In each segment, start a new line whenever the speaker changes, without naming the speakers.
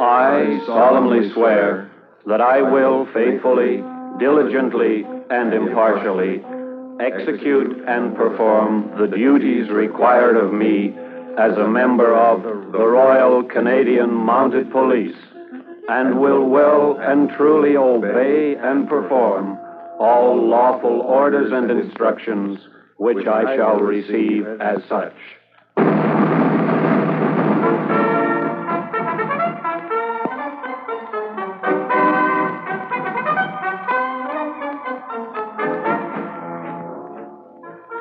I solemnly swear that I will faithfully, diligently, and impartially execute and perform the duties required of me as a member of the Royal Canadian Mounted Police and will well and truly obey and perform all lawful orders and instructions which I shall receive as such.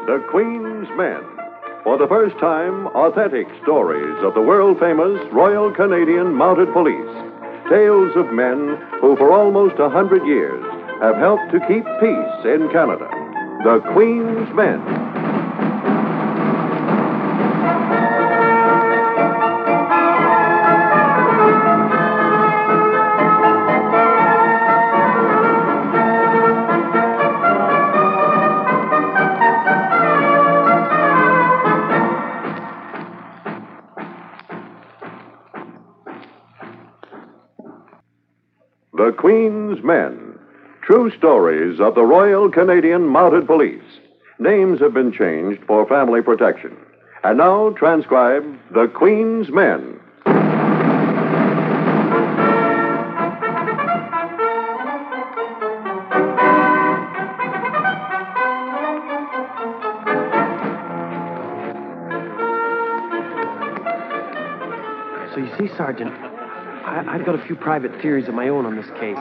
The Queen's Men. For the first time, authentic stories of the world famous Royal Canadian Mounted Police. Tales of men who, for almost a hundred years, have helped to keep peace in Canada. The Queen's Men. The Queen's Men. True stories of the Royal Canadian Mounted Police. Names have been changed for family protection. And now transcribe The Queen's Men.
So you see, Sergeant, I, I've got a few private theories of my own on this case.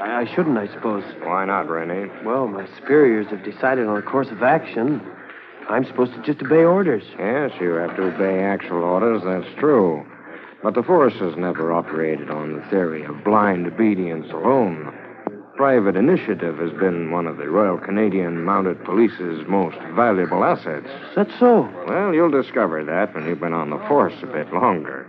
I, I shouldn't, I suppose.
Why not, Rennie?
Well, my superiors have decided on a course of action. I'm supposed to just obey orders.
Yes, you have to obey actual orders, that's true. But the force has never operated on the theory of blind obedience alone. Private initiative has been one of the Royal Canadian Mounted Police's most valuable assets.
Is that so?
Well, you'll discover that when you've been on the force a bit longer.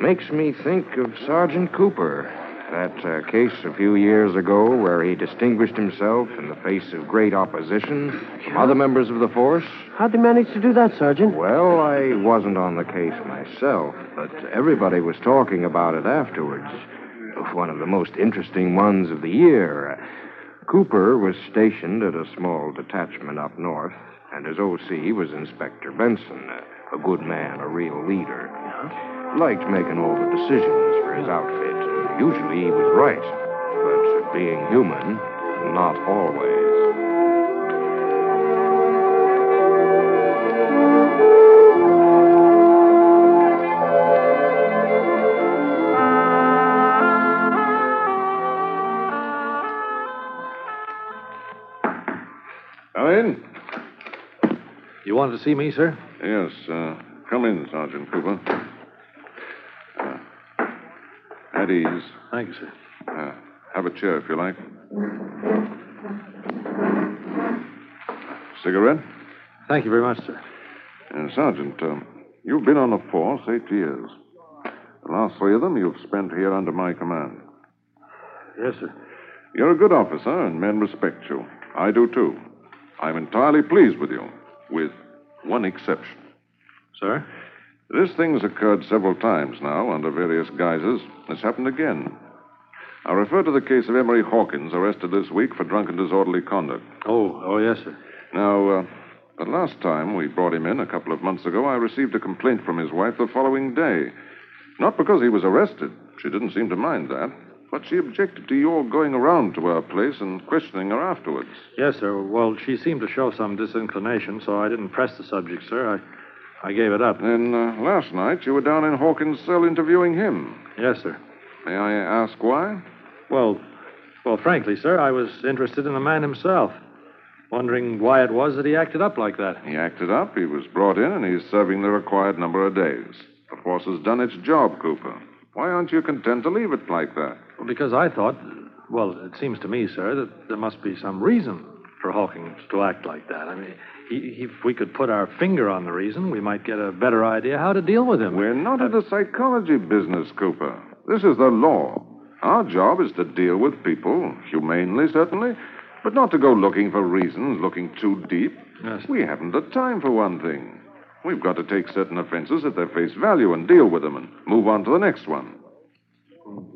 Makes me think of Sergeant Cooper. That uh, case a few years ago where he distinguished himself in the face of great opposition from other members of the force.
How'd they manage to do that, Sergeant?
Well, I wasn't on the case myself, but everybody was talking about it afterwards. One of the most interesting ones of the year. Cooper was stationed at a small detachment up north, and his OC was Inspector Benson, a- a good man, a real leader. Liked making all the decisions for his outfit, and usually he was right. But being human, not always.
Come in.
You wanted to see me, sir?
Yes, uh, come in, Sergeant Cooper. Uh, at ease.
Thank you, sir.
Uh, have a chair if you like. Cigarette?
Thank you very much, sir.
Uh, Sergeant, um, you've been on the force eight years. The last three of them you've spent here under my command.
Yes, sir.
You're a good officer, and men respect you. I do too. I'm entirely pleased with you, with one exception.
Sir?
This thing's occurred several times now under various guises. It's happened again. I refer to the case of Emery Hawkins, arrested this week for drunken disorderly conduct.
Oh, oh, yes, sir.
Now, uh, the last time we brought him in a couple of months ago, I received a complaint from his wife the following day. Not because he was arrested. She didn't seem to mind that. But she objected to your going around to her place and questioning her afterwards.
Yes, sir. Well, she seemed to show some disinclination, so I didn't press the subject, sir. I, I gave it up.
Then uh, last night you were down in Hawkins' cell interviewing him.
Yes, sir.
May I ask why?
Well, well, frankly, sir, I was interested in the man himself, wondering why it was that he acted up like that.
He acted up. He was brought in, and he's serving the required number of days. The force has done its job, Cooper. Why aren't you content to leave it like that?
Because I thought, well, it seems to me, sir, that there must be some reason for Hawkins to act like that. I mean, he, if we could put our finger on the reason, we might get a better idea how to deal with him.
We're not in the psychology business, Cooper. This is the law. Our job is to deal with people, humanely, certainly, but not to go looking for reasons, looking too deep,
Yes.
We haven't the time for one thing. We've got to take certain offenses at their face value and deal with them and move on to the next one.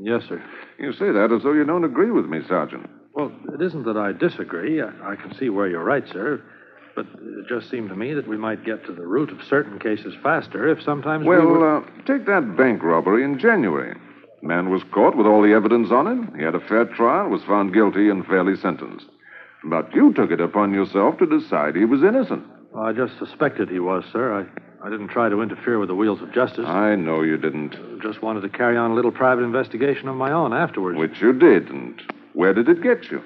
Yes, sir.
You say that as though you don't agree with me, Sergeant.
Well, it isn't that I disagree. I, I can see where you're right, sir. But it just seemed to me that we might get to the root of certain cases faster if sometimes we
Well,
were...
uh, take that bank robbery in January. Man was caught with all the evidence on him. He had a fair trial, was found guilty, and fairly sentenced. But you took it upon yourself to decide he was innocent.
I just suspected he was, sir. I, I didn't try to interfere with the wheels of justice.
I know you didn't,
Just wanted to carry on a little private investigation of my own afterwards.
which you did. And where did it get you?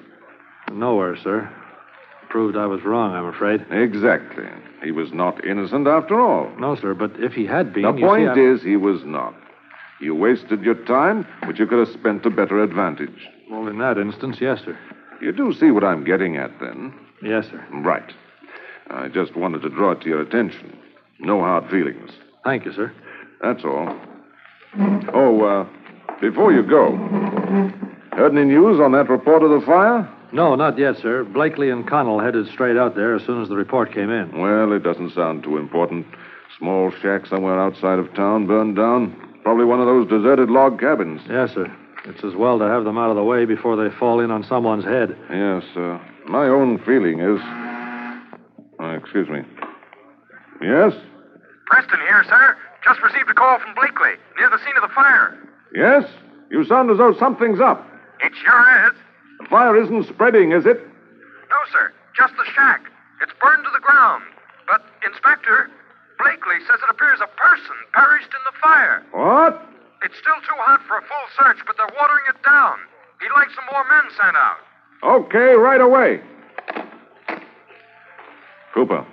Nowhere, sir. Proved I was wrong, I'm afraid.
Exactly. He was not innocent after all.
No, sir, but if he had been.
The
you see,
point
I'm-
is, he was not. You wasted your time, which you could have spent to better advantage.
Well, in that instance, yes, sir.
You do see what I'm getting at, then?
Yes, sir.
Right. I just wanted to draw it to your attention. No hard feelings.
Thank you, sir.
That's all. Oh, uh, before you go, heard any news on that report of the fire?
No, not yet, sir. Blakely and Connell headed straight out there as soon as the report came in.
Well, it doesn't sound too important. Small shack somewhere outside of town burned down. Probably one of those deserted log cabins.
Yes, sir. It's as well to have them out of the way before they fall in on someone's head.
Yes, uh, my own feeling is. Uh, excuse me. Yes?
Preston here, sir. Just received a call from Blakely, near the scene of the fire.
Yes? You sound as though something's up.
It sure is.
The fire isn't spreading, is it?
No, sir. Just the shack. It's burned to the ground. But, Inspector, Blakely says it appears a person perished in the fire.
What?
It's still too hot for a full search, but they're watering it down. He'd like some more men sent out.
Okay, right away. Cooper,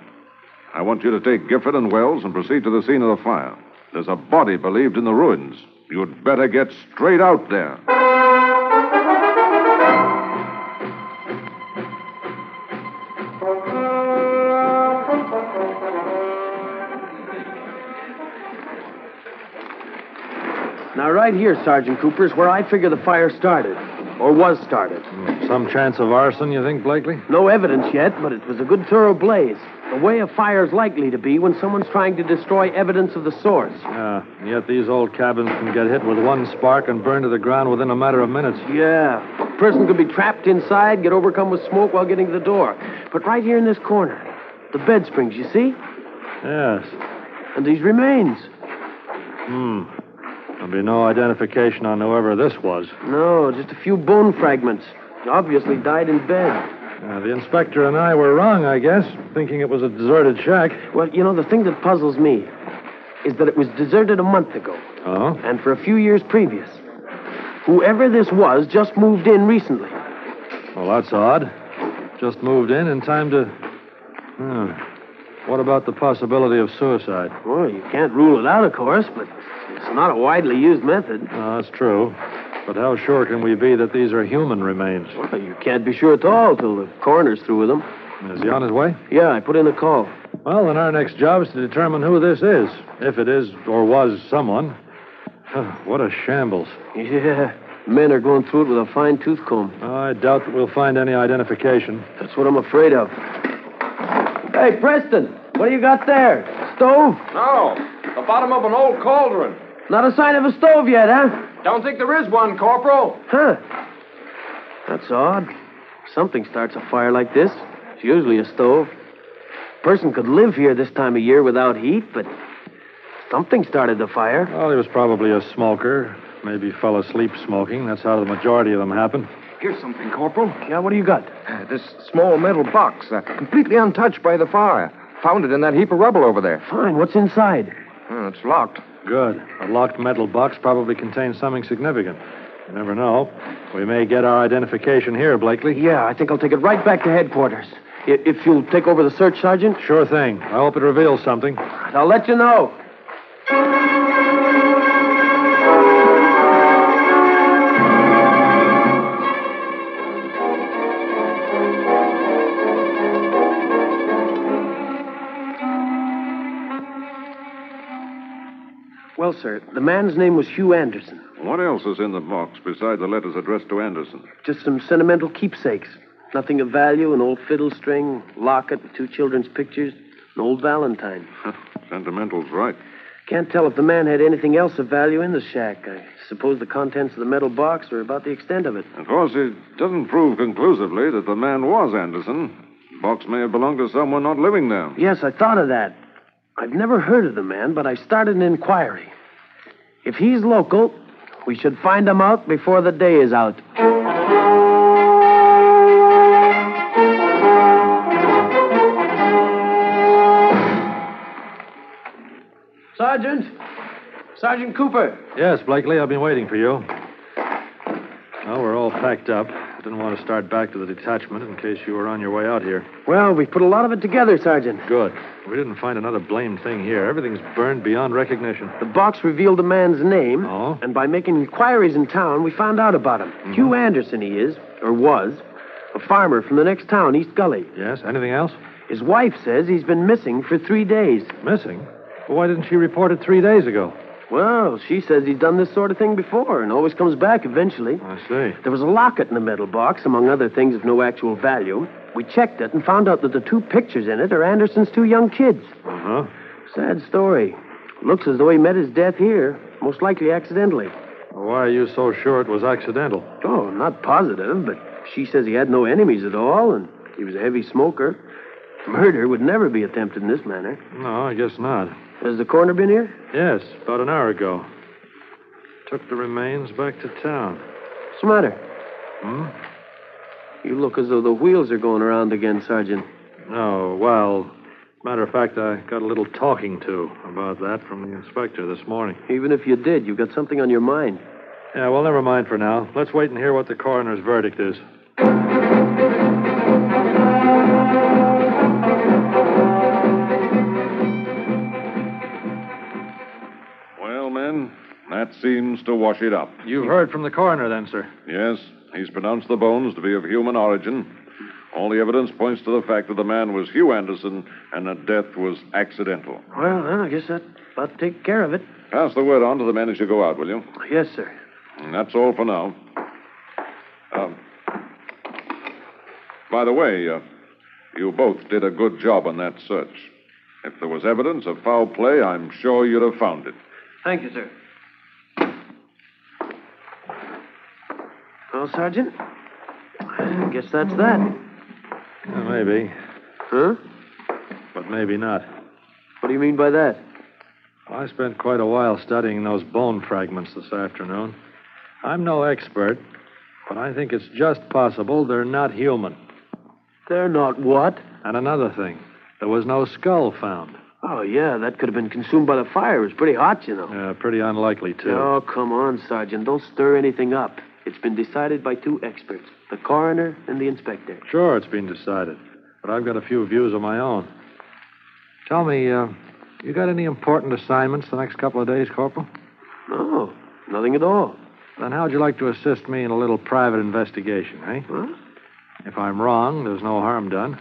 I want you to take Gifford and Wells and proceed to the scene of the fire. There's a body believed in the ruins. You'd better get straight out there.
Now, right here, Sergeant Cooper, is where I figure the fire started, or was started.
Some chance of arson, you think, Blakely?
No evidence yet, but it was a good thorough blaze. The way a fire's likely to be when someone's trying to destroy evidence of the source.
Yeah. And yet these old cabins can get hit with one spark and burn to the ground within a matter of minutes.
Yeah. Person could be trapped inside, get overcome with smoke while getting to the door. But right here in this corner, the bed springs, you see?
Yes.
And these remains.
Hmm. There'll be no identification on whoever this was.
No, just a few bone fragments. Obviously died in bed.
Uh, the inspector and I were wrong, I guess, thinking it was a deserted shack.
Well, you know, the thing that puzzles me is that it was deserted a month ago,
Oh?
and for a few years previous. Whoever this was just moved in recently.
Well, that's odd. Just moved in in time to. Hmm. What about the possibility of suicide?
Well, you can't rule it out, of course, but it's not a widely used method.
No, that's true. But how sure can we be that these are human remains?
Well, you can't be sure at all till the coroner's through with them.
Is he on his way?
Yeah, I put in a call.
Well, then our next job is to determine who this is, if it is or was someone. what a shambles.
Yeah, men are going through it with a fine tooth comb.
I doubt that we'll find any identification.
That's what I'm afraid of. Hey, Preston, what do you got there? Stove?
No, the bottom of an old cauldron.
Not a sign of a stove yet, huh?
Don't think there is one, Corporal.
Huh. That's odd. Something starts a fire like this. It's usually a stove. Person could live here this time of year without heat, but something started the fire.
Well, he was probably a smoker. Maybe fell asleep smoking. That's how the majority of them happen.
Here's something, Corporal.
Yeah, what do you got?
Uh, this small metal box, uh, completely untouched by the fire. Found it in that heap of rubble over there.
Fine, what's inside?
Uh, it's locked.
Good. A locked metal box probably contains something significant. You never know. We may get our identification here, Blakely.
Yeah, I think I'll take it right back to headquarters. I- If you'll take over the search, Sergeant,
Sure thing. I hope it reveals something.
I'll let you know. Well, sir, the man's name was Hugh Anderson.
What else is in the box besides the letters addressed to Anderson?
Just some sentimental keepsakes. Nothing of value, an old fiddle string, locket, two children's pictures, an old valentine.
Sentimental's right.
Can't tell if the man had anything else of value in the shack. I suppose the contents of the metal box were about the extent of it.
Of course, it doesn't prove conclusively that the man was Anderson. The box may have belonged to someone not living there.
Yes, I thought of that. I've never heard of the man, but I started an inquiry. If he's local, we should find him out before the day is out. Sergeant? Sergeant Cooper?
Yes, Blakely, I've been waiting for you. Well, we're all packed up. Didn't want to start back to the detachment in case you were on your way out here.
Well, we put a lot of it together, Sergeant.
Good. We didn't find another blamed thing here. Everything's burned beyond recognition.
The box revealed the man's name,
Oh?
and by making inquiries in town, we found out about him. Hugh Anderson, he is, or was, a farmer from the next town, East Gully.
Yes? Anything else?
His wife says he's been missing for three days.
Missing? Well, why didn't she report it three days ago?
Well, she says he's done this sort of thing before and always comes back eventually.
I see.
There was a locket in the metal box, among other things of no actual value. We checked it and found out that the two pictures in it are Anderson's two young kids.
Uh huh.
Sad story. Looks as though he met his death here, most likely accidentally.
Why are you so sure it was accidental?
Oh, not positive, but she says he had no enemies at all, and he was a heavy smoker. Murder would never be attempted in this manner.
No, I guess not.
Has the coroner been here?
Yes, about an hour ago. Took the remains back to town.
What's the matter?
Hmm?
You look as though the wheels are going around again, Sergeant.
Oh, well, matter of fact, I got a little talking to about that from the inspector this morning.
Even if you did, you've got something on your mind.
Yeah, well, never mind for now. Let's wait and hear what the coroner's verdict is.
Well, men, that seems to wash it up.
You've heard from the coroner, then, sir?
Yes, he's pronounced the bones to be of human origin. All the evidence points to the fact that the man was Hugh Anderson and that death was accidental.
Well, then, I guess that about take care of it.
Pass the word on to the men as you go out, will you?
Yes, sir.
And that's all for now. Um, by the way, uh, you both did a good job on that search. If there was evidence of foul play, I'm sure you'd have found it.
Thank you, sir. Well, Sergeant, I guess that's that.
Yeah, maybe,
Huh?
but maybe not.
What do you mean by that?
Well, I spent quite a while studying those bone fragments this afternoon. I'm no expert, but I think it's just possible they're not human.
They're not what?
And another thing, there was no skull found.
Oh, yeah, that could have been consumed by the fire. It was pretty hot, you know.
Uh, pretty unlikely, too.
Oh, come on, Sergeant. Don't stir anything up. It's been decided by two experts the coroner and the inspector.
Sure, it's been decided, but I've got a few views of my own. Tell me, uh, you got any important assignments the next couple of days, Corporal?
No, nothing at all.
Then how'd you like to assist me in a little private investigation, eh?
Huh?
If I'm wrong, there's no harm done.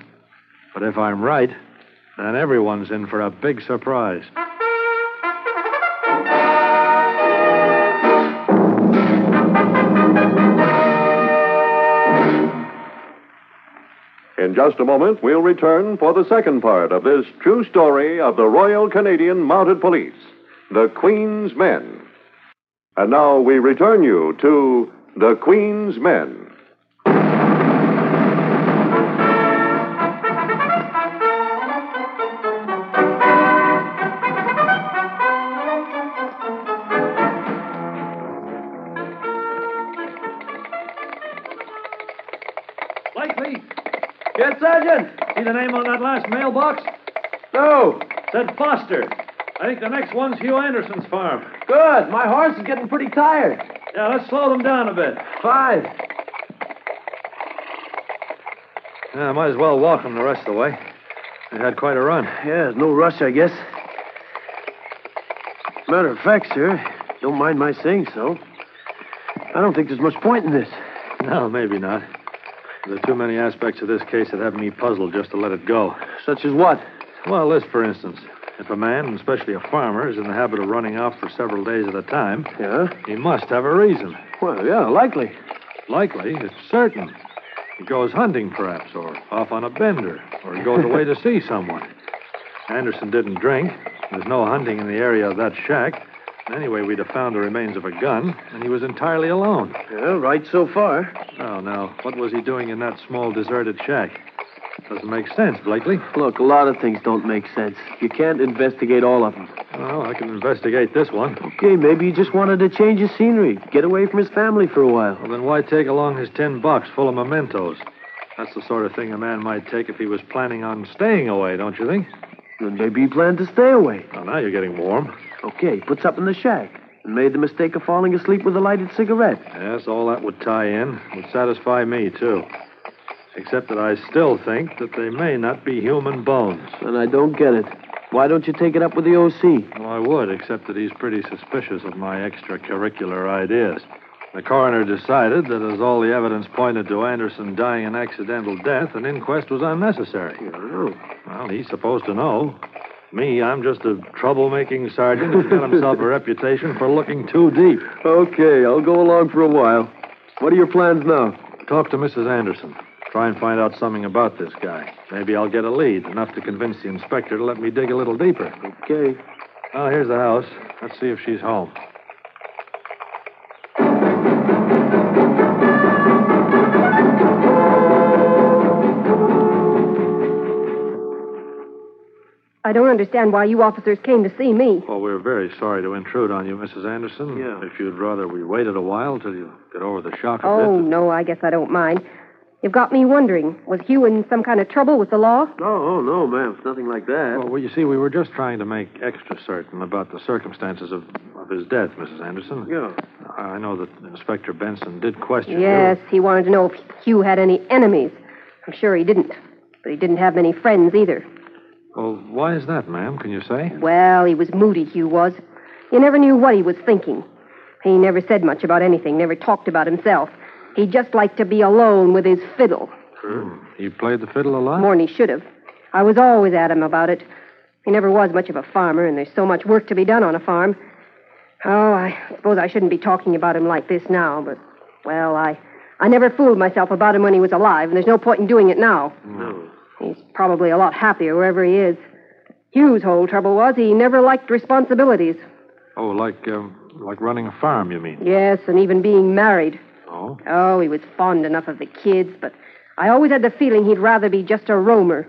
But if I'm right, then everyone's in for a big surprise.
In just a moment, we'll return for the second part of this true story of the Royal Canadian Mounted Police, the Queen's Men. And now we return you to the Queen's Men.
Blakely,
Yes, Sergeant.
see the name on that last mailbox?
No.
Said Foster. I think the next one's Hugh Anderson's farm.
Good. My horse is getting pretty tired.
Yeah, let's slow them down a bit.
Fine.
Yeah, might as well walk them the rest of the way. They had quite a run.
Yeah, no rush, I guess. Matter of fact, sir, don't mind my saying so. I don't think there's much point in this.
No, maybe not. There are too many aspects of this case that have me puzzled just to let it go.
Such as what?
Well, this, for instance. If a man, and especially a farmer, is in the habit of running off for several days at a time,
Yeah?
he must have a reason.
Well, yeah, likely.
Likely, it's certain. He goes hunting, perhaps, or off on a bender, or he goes away to see someone. Anderson didn't drink. There's no hunting in the area of that shack. Anyway, we'd have found the remains of a gun, and he was entirely alone.
Well, right so far.
Oh, now, what was he doing in that small, deserted shack? Doesn't make sense, Blakely.
Look, a lot of things don't make sense. You can't investigate all of them.
Well, I can investigate this one.
Okay, maybe he just wanted to change his scenery, get away from his family for a while.
Well, then why take along his tin box full of mementos? That's the sort of thing a man might take if he was planning on staying away, don't you think?
Then maybe he planned to stay away.
Well, now you're getting warm.
Okay, he puts up in the shack and made the mistake of falling asleep with a lighted cigarette.
Yes, all that would tie in. Would satisfy me, too. Except that I still think that they may not be human bones.
And I don't get it. Why don't you take it up with the OC?
Well, I would, except that he's pretty suspicious of my extracurricular ideas. The coroner decided that as all the evidence pointed to Anderson dying an accidental death, an inquest was unnecessary. Well, he's supposed to know. Me, I'm just a troublemaking sergeant who's got himself a reputation for looking too deep.
Okay, I'll go along for a while. What are your plans now?
Talk to Mrs. Anderson. Try and find out something about this guy. Maybe I'll get a lead, enough to convince the inspector to let me dig a little deeper.
Okay.
Well, here's the house. Let's see if she's home.
I don't understand why you officers came to see me.
Well, we're very sorry to intrude on you, Mrs. Anderson.
Yeah.
If you'd rather we waited a while till you get over the shock of
Oh,
it.
no, I guess I don't mind. You've got me wondering. Was Hugh in some kind of trouble with the law?
Oh, oh no, ma'am. It's nothing like that.
Well, well, you see, we were just trying to make extra certain about the circumstances of, of his death, Mrs. Anderson.
yeah.
I know that Inspector Benson did question
Yes, he wanted to know if Hugh had any enemies. I'm sure he didn't. But he didn't have many friends either.
you. Well, why is that, ma'am? Can you say?
Well, he was moody, Hugh was. You never knew what he was thinking. He never said much about anything, never talked about himself. He just liked to be alone with his fiddle.
Hmm. He played the fiddle a lot?
More'n he should have. I was always at him about it. He never was much of a farmer, and there's so much work to be done on a farm. Oh, I suppose I shouldn't be talking about him like this now, but well, I I never fooled myself about him when he was alive, and there's no point in doing it now. He's probably a lot happier wherever he is. Hugh's whole trouble was he never liked responsibilities.
Oh, like, um, like running a farm, you mean?
Yes, and even being married.
Oh?
Oh, he was fond enough of the kids, but I always had the feeling he'd rather be just a roamer.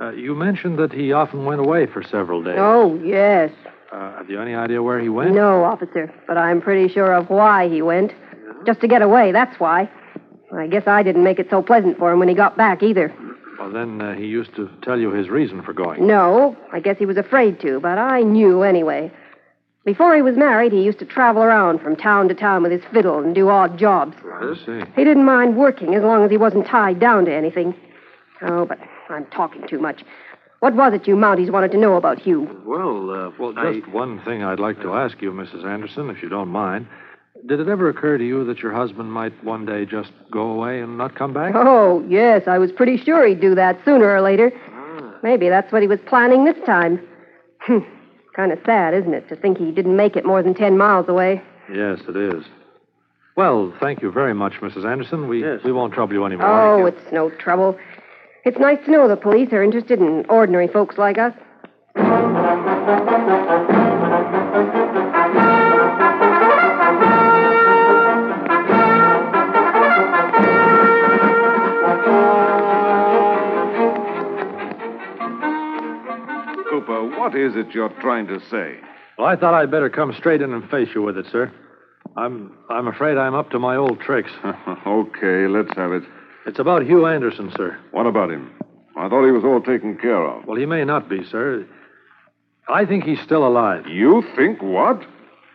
Uh, you mentioned that he often went away for several days.
Oh, yes.
Uh, have you any idea where he went?
No, officer, but I'm pretty sure of why he went. Just to get away, that's why. I guess I didn't make it so pleasant for him when he got back either.
Well, then uh, he used to tell you his reason for going.
No, I guess he was afraid to, but I knew anyway. Before he was married, he used to travel around from town to town with his fiddle and do odd jobs.
I see.
He didn't mind working as long as he wasn't tied down to anything. Oh, but I'm talking too much. What was it you Mounties wanted to know about Hugh?
Well, uh,
Well,
I-
just one thing I'd like to ask you, Mrs. Anderson, if you don't mind. Did it ever occur to you that your husband might one day just go away and not come back?
Oh, yes, I was pretty sure he'd do that sooner or later. Maybe that's what he was planning this time. kind of sad, isn't it, to think he didn't make it more than ten miles away?
Yes, it is. Well, thank you very much, Mrs. Anderson. We
Yes.
we won't trouble you anymore.
Oh, it's no trouble. It's nice to know the police are interested in ordinary folks like us.
Cooper, what is it you're trying to say?
Well, I thought I'd better come straight in and face you with it, sir. I'm I'm afraid I'm up to my old tricks.
okay, let's have it.
It's about Hugh Anderson, sir.
What about him? I thought he was all taken care of.
Well, he may not be, sir. I think he's still alive.
You think what?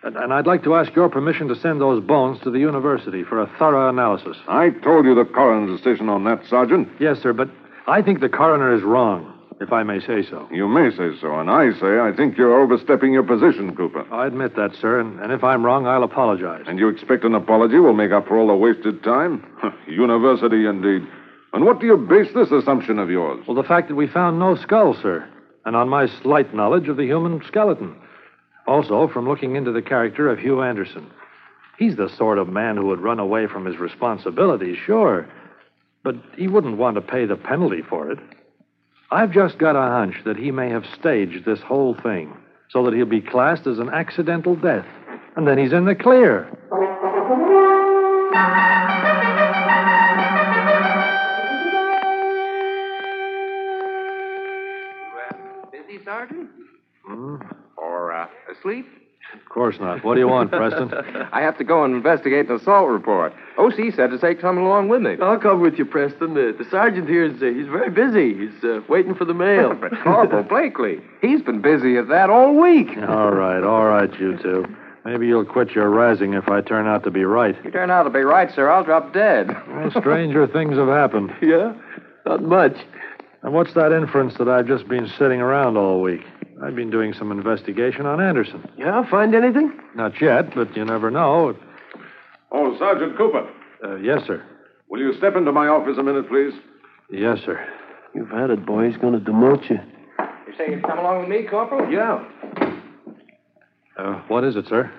And, and I'd like to ask your permission to send those bones to the university for a thorough analysis.
I told you the coroner's decision on that, Sergeant.
Yes, sir, but I think the coroner is wrong, if I may say so.
You may say so, and I say I think you're overstepping your position, Cooper.
I admit that, sir, and, and if I'm wrong, I'll apologize.
And you expect an apology will make up for all the wasted time? University, indeed. And what do you base this assumption of yours?
Well, the fact that we found no skull, sir, and on my slight knowledge of the human skeleton. Also, from looking into the character of Hugh Anderson. He's the sort of man who would run away from his responsibilities, sure. But he wouldn't want to pay the penalty for it. I've just got a hunch that he may have staged this whole thing so that he'll be classed as an accidental death. And then he's in the clear.
Busy, Sergeant?
Hmm,
Or uh, asleep?
of course not. What do you want, Preston?
I have to go and investigate an assault report. OC said to take someone along with me.
I'll come with you, Preston. The, the sergeant here is uh, he's very busy. He's uh, waiting for the mail.
But Corporal Blakely, he's been busy at that all week.
All right, all right, you two. Maybe you'll quit your razzing if I turn out to be right.
You turn out to be right, sir. I'll drop dead.
Well, stranger things have happened.
yeah, not much.
And what's that inference that I've just been sitting around all week? I've been doing some investigation on Anderson.
Yeah, find anything?
Not yet, but you never know.
Oh, Sergeant Cooper,
Uh, yes, sir.
will you step into my office a minute, please?
Yes, sir.
You've had it, boy. He's going to demote you.
You say you come along with me, Corporal?
Yeah.
Uh, what is it, sir?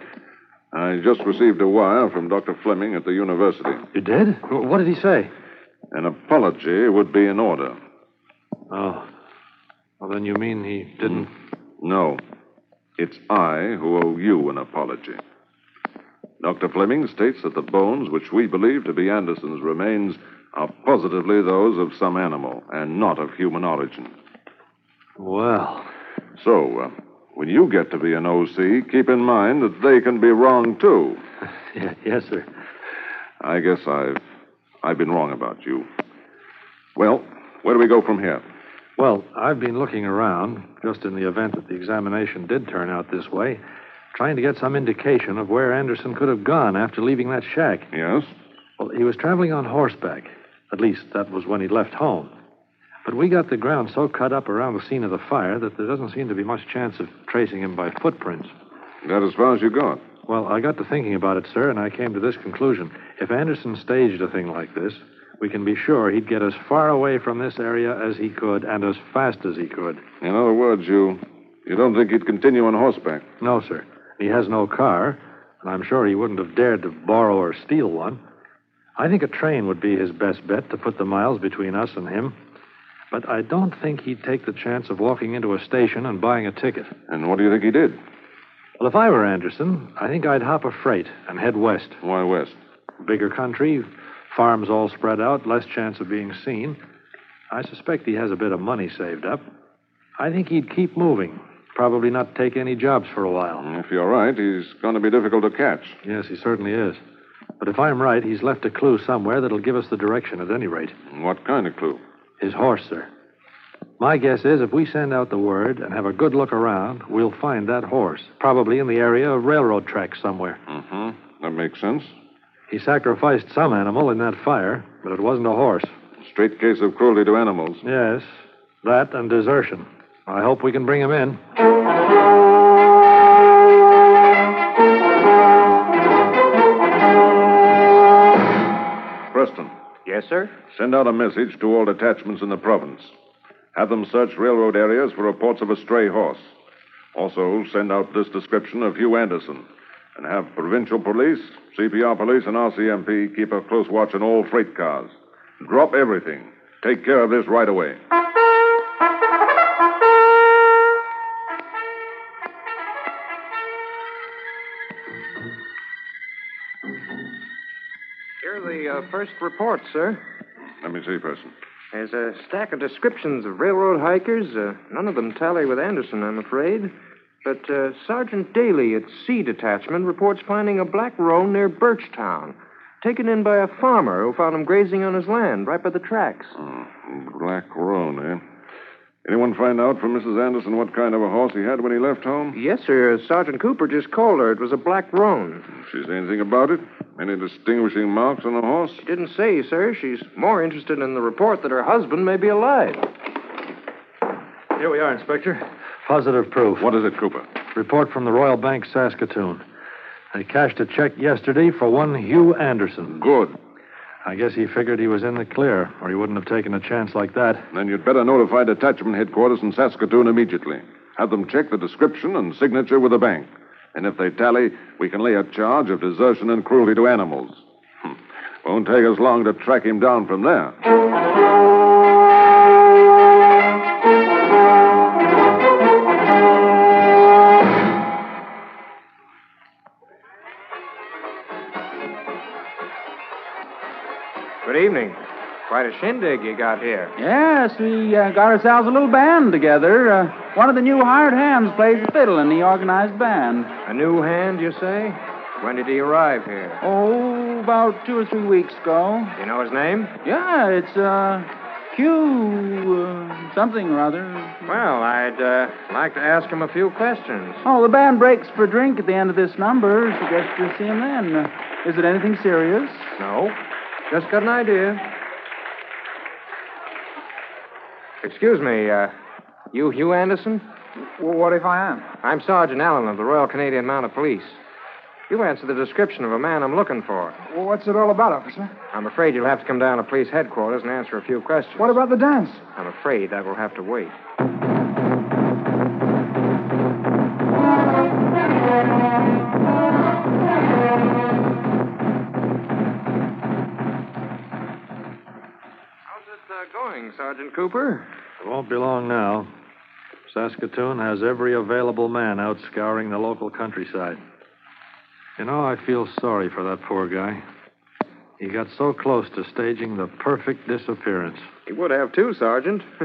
I just received a wire from Dr. Fleming at the university.
You did? Wh- What did he say?
An apology would be in order.
Oh. Well, then you mean he didn't.
No. It's I who owe you an apology. Dr. Fleming states that the bones which we believe to be Anderson's remains are positively those of some animal and not of human origin.
Well.
So, uh, when you get to be an OC, keep in mind that they can be wrong too.
Yeah, yes, sir.
I guess I've I've been wrong about you. Well, where do we go from here?
Well, I've been looking around, just in the event that the examination did turn out this way, trying to get some indication of where Anderson could have gone after leaving that shack.
Yes.
Well, he was traveling on horseback. At least, that was when he left home. But we got the ground so cut up around the scene of the fire that there doesn't seem to be much chance of tracing him by footprints.
That as far as you got.
Well, I got to thinking about it, sir, and I came to this conclusion. If Anderson staged a thing like this, we can be sure he'd get as far away from this area as he could and as fast as he could.
In other words, you you don't think he'd continue on horseback.
No, sir. He has no car, and I'm sure he wouldn't have dared to borrow or steal one. I think a train would be his best bet to put the miles between us and him. But I don't think he'd take the chance of walking into a station and buying a ticket.
And what do you think he did?
Well, if I were Anderson, I think I'd hop a freight and head west.
Why west?
Bigger country, farms all spread out, less chance of being seen. I suspect he has a bit of money saved up. I think he'd keep moving, probably not take any jobs for a while.
If you're right, he's going to be difficult to catch.
Yes, he certainly is. But if I'm right, he's left a clue somewhere that'll give us the direction at any rate.
What kind of clue?
His horse, sir. My guess is if we send out the word and have a good look around, we'll find that horse, probably in the area of railroad tracks somewhere.
Mm-hmm. That makes sense.
He sacrificed some animal in that fire, but it wasn't a horse.
Straight case of cruelty to animals.
Yes, that and desertion. I hope we can bring him in.
Preston,
Yes, sir?
send out a message to all detachments in the province. Have them search railroad areas for reports of a stray horse. Also, send out this description of Hugh Anderson. And have provincial police, CPR police, and RCMP keep a close watch on all freight cars. Drop everything. Take care of this right away.
Here are the uh, first reports, sir.
Let me see, Preston.
There's a stack of descriptions of railroad hikers. Uh, none of them tally with Anderson, I'm afraid. But uh, Sergeant Daly at C Detachment reports finding a black roan near Birchtown, taken in by a farmer who found him grazing on his land right by the tracks.
Hmm, Black Roan, eh? Anyone find out from Mrs. Anderson what kind of a horse he had when he left home?
Yes, sir. Sergeant Cooper just called her. It was a black roan.
She say anything about it? Any distinguishing marks on the horse?
She didn't say, sir. She's more interested in the report that her husband may be alive.
Here we are, Inspector. Positive proof.
What is it, Cooper?
Report from the Royal Bank, Saskatoon. They cashed a check yesterday for one Hugh Anderson.
Good.
I guess he figured he was in the clear, or he wouldn't have taken a chance like that.
Then you'd better notify detachment headquarters in Saskatoon immediately. Have them check the description and signature with the bank. And if they tally, we can lay a charge of desertion and cruelty to animals. Hmm. Won't take us long to track him down from there.
Good evening. Quite a shindig you got here.
Yes, we uh, got ourselves a little band together. Uh, one of the new hired hands plays the fiddle in the organized band.
A new hand, you say? When did he arrive here?
Oh, about two or three weeks ago.
Do you know his name?
Yeah, it's uh, Q uh, something or other.
Well, I'd uh, like to ask him a few questions.
Oh, the band breaks for drink at the end of this number. Suggest you see him then. Uh, Is it anything serious?
No. Just got an idea. Excuse me, uh, you Hugh Anderson?
Well, what if I am?
I'm Sergeant Allen of the Royal Canadian Mounted Police. You answer the description of a man I'm looking for.
Well, what's it all about, officer?
I'm afraid you'll have to come down to police headquarters and answer a few questions.
What about the dance?
I'm afraid that will have to wait. How's it uh, going, Sergeant Cooper?
It won't be long now. Saskatoon has every available man out scouring the local countryside. You know, I feel sorry for that poor guy. He got so close to staging the perfect disappearance.
He would have too, Sergeant,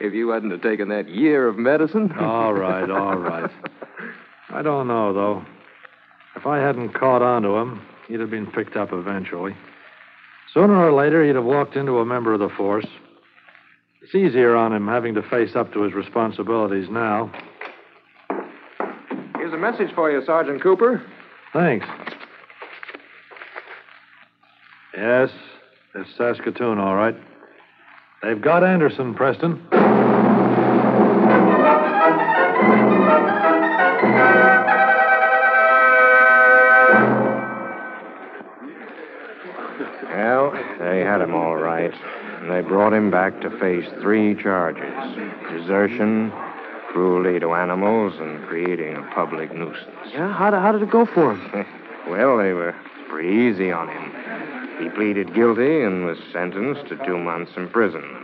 if you hadn't have taken that year of medicine.
All right, all right. I don't know, though. If I hadn't caught on to him, he'd have been picked up eventually. Sooner or later, he'd have walked into a member of the force. It's easier on him having to face up to his responsibilities now.
Here's a message for you, Sergeant Cooper.
Thanks. Yes, it's Saskatoon, all right. They've got Anderson, Preston.
Well, they had him all right. And they brought him back to face three charges desertion, cruelty to animals, and creating a public nuisance.
Yeah, how, how did it go for him?
Well, they were pretty easy on him. He pleaded guilty and was sentenced to two months' imprisonment.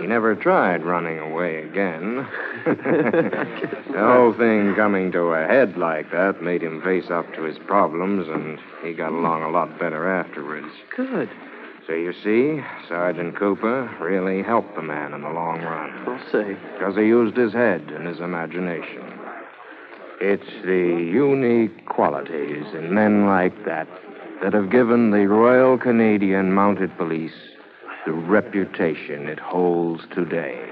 He never tried running away again. the whole thing coming to a head like that made him face up to his problems, and he got along a lot better afterwards.
Good.
So you see, Sergeant Cooper really helped the man in the long run.
I'll say.
Because he used his head and his imagination. It's the unique qualities in men like that that have given the Royal Canadian Mounted Police the reputation it holds today.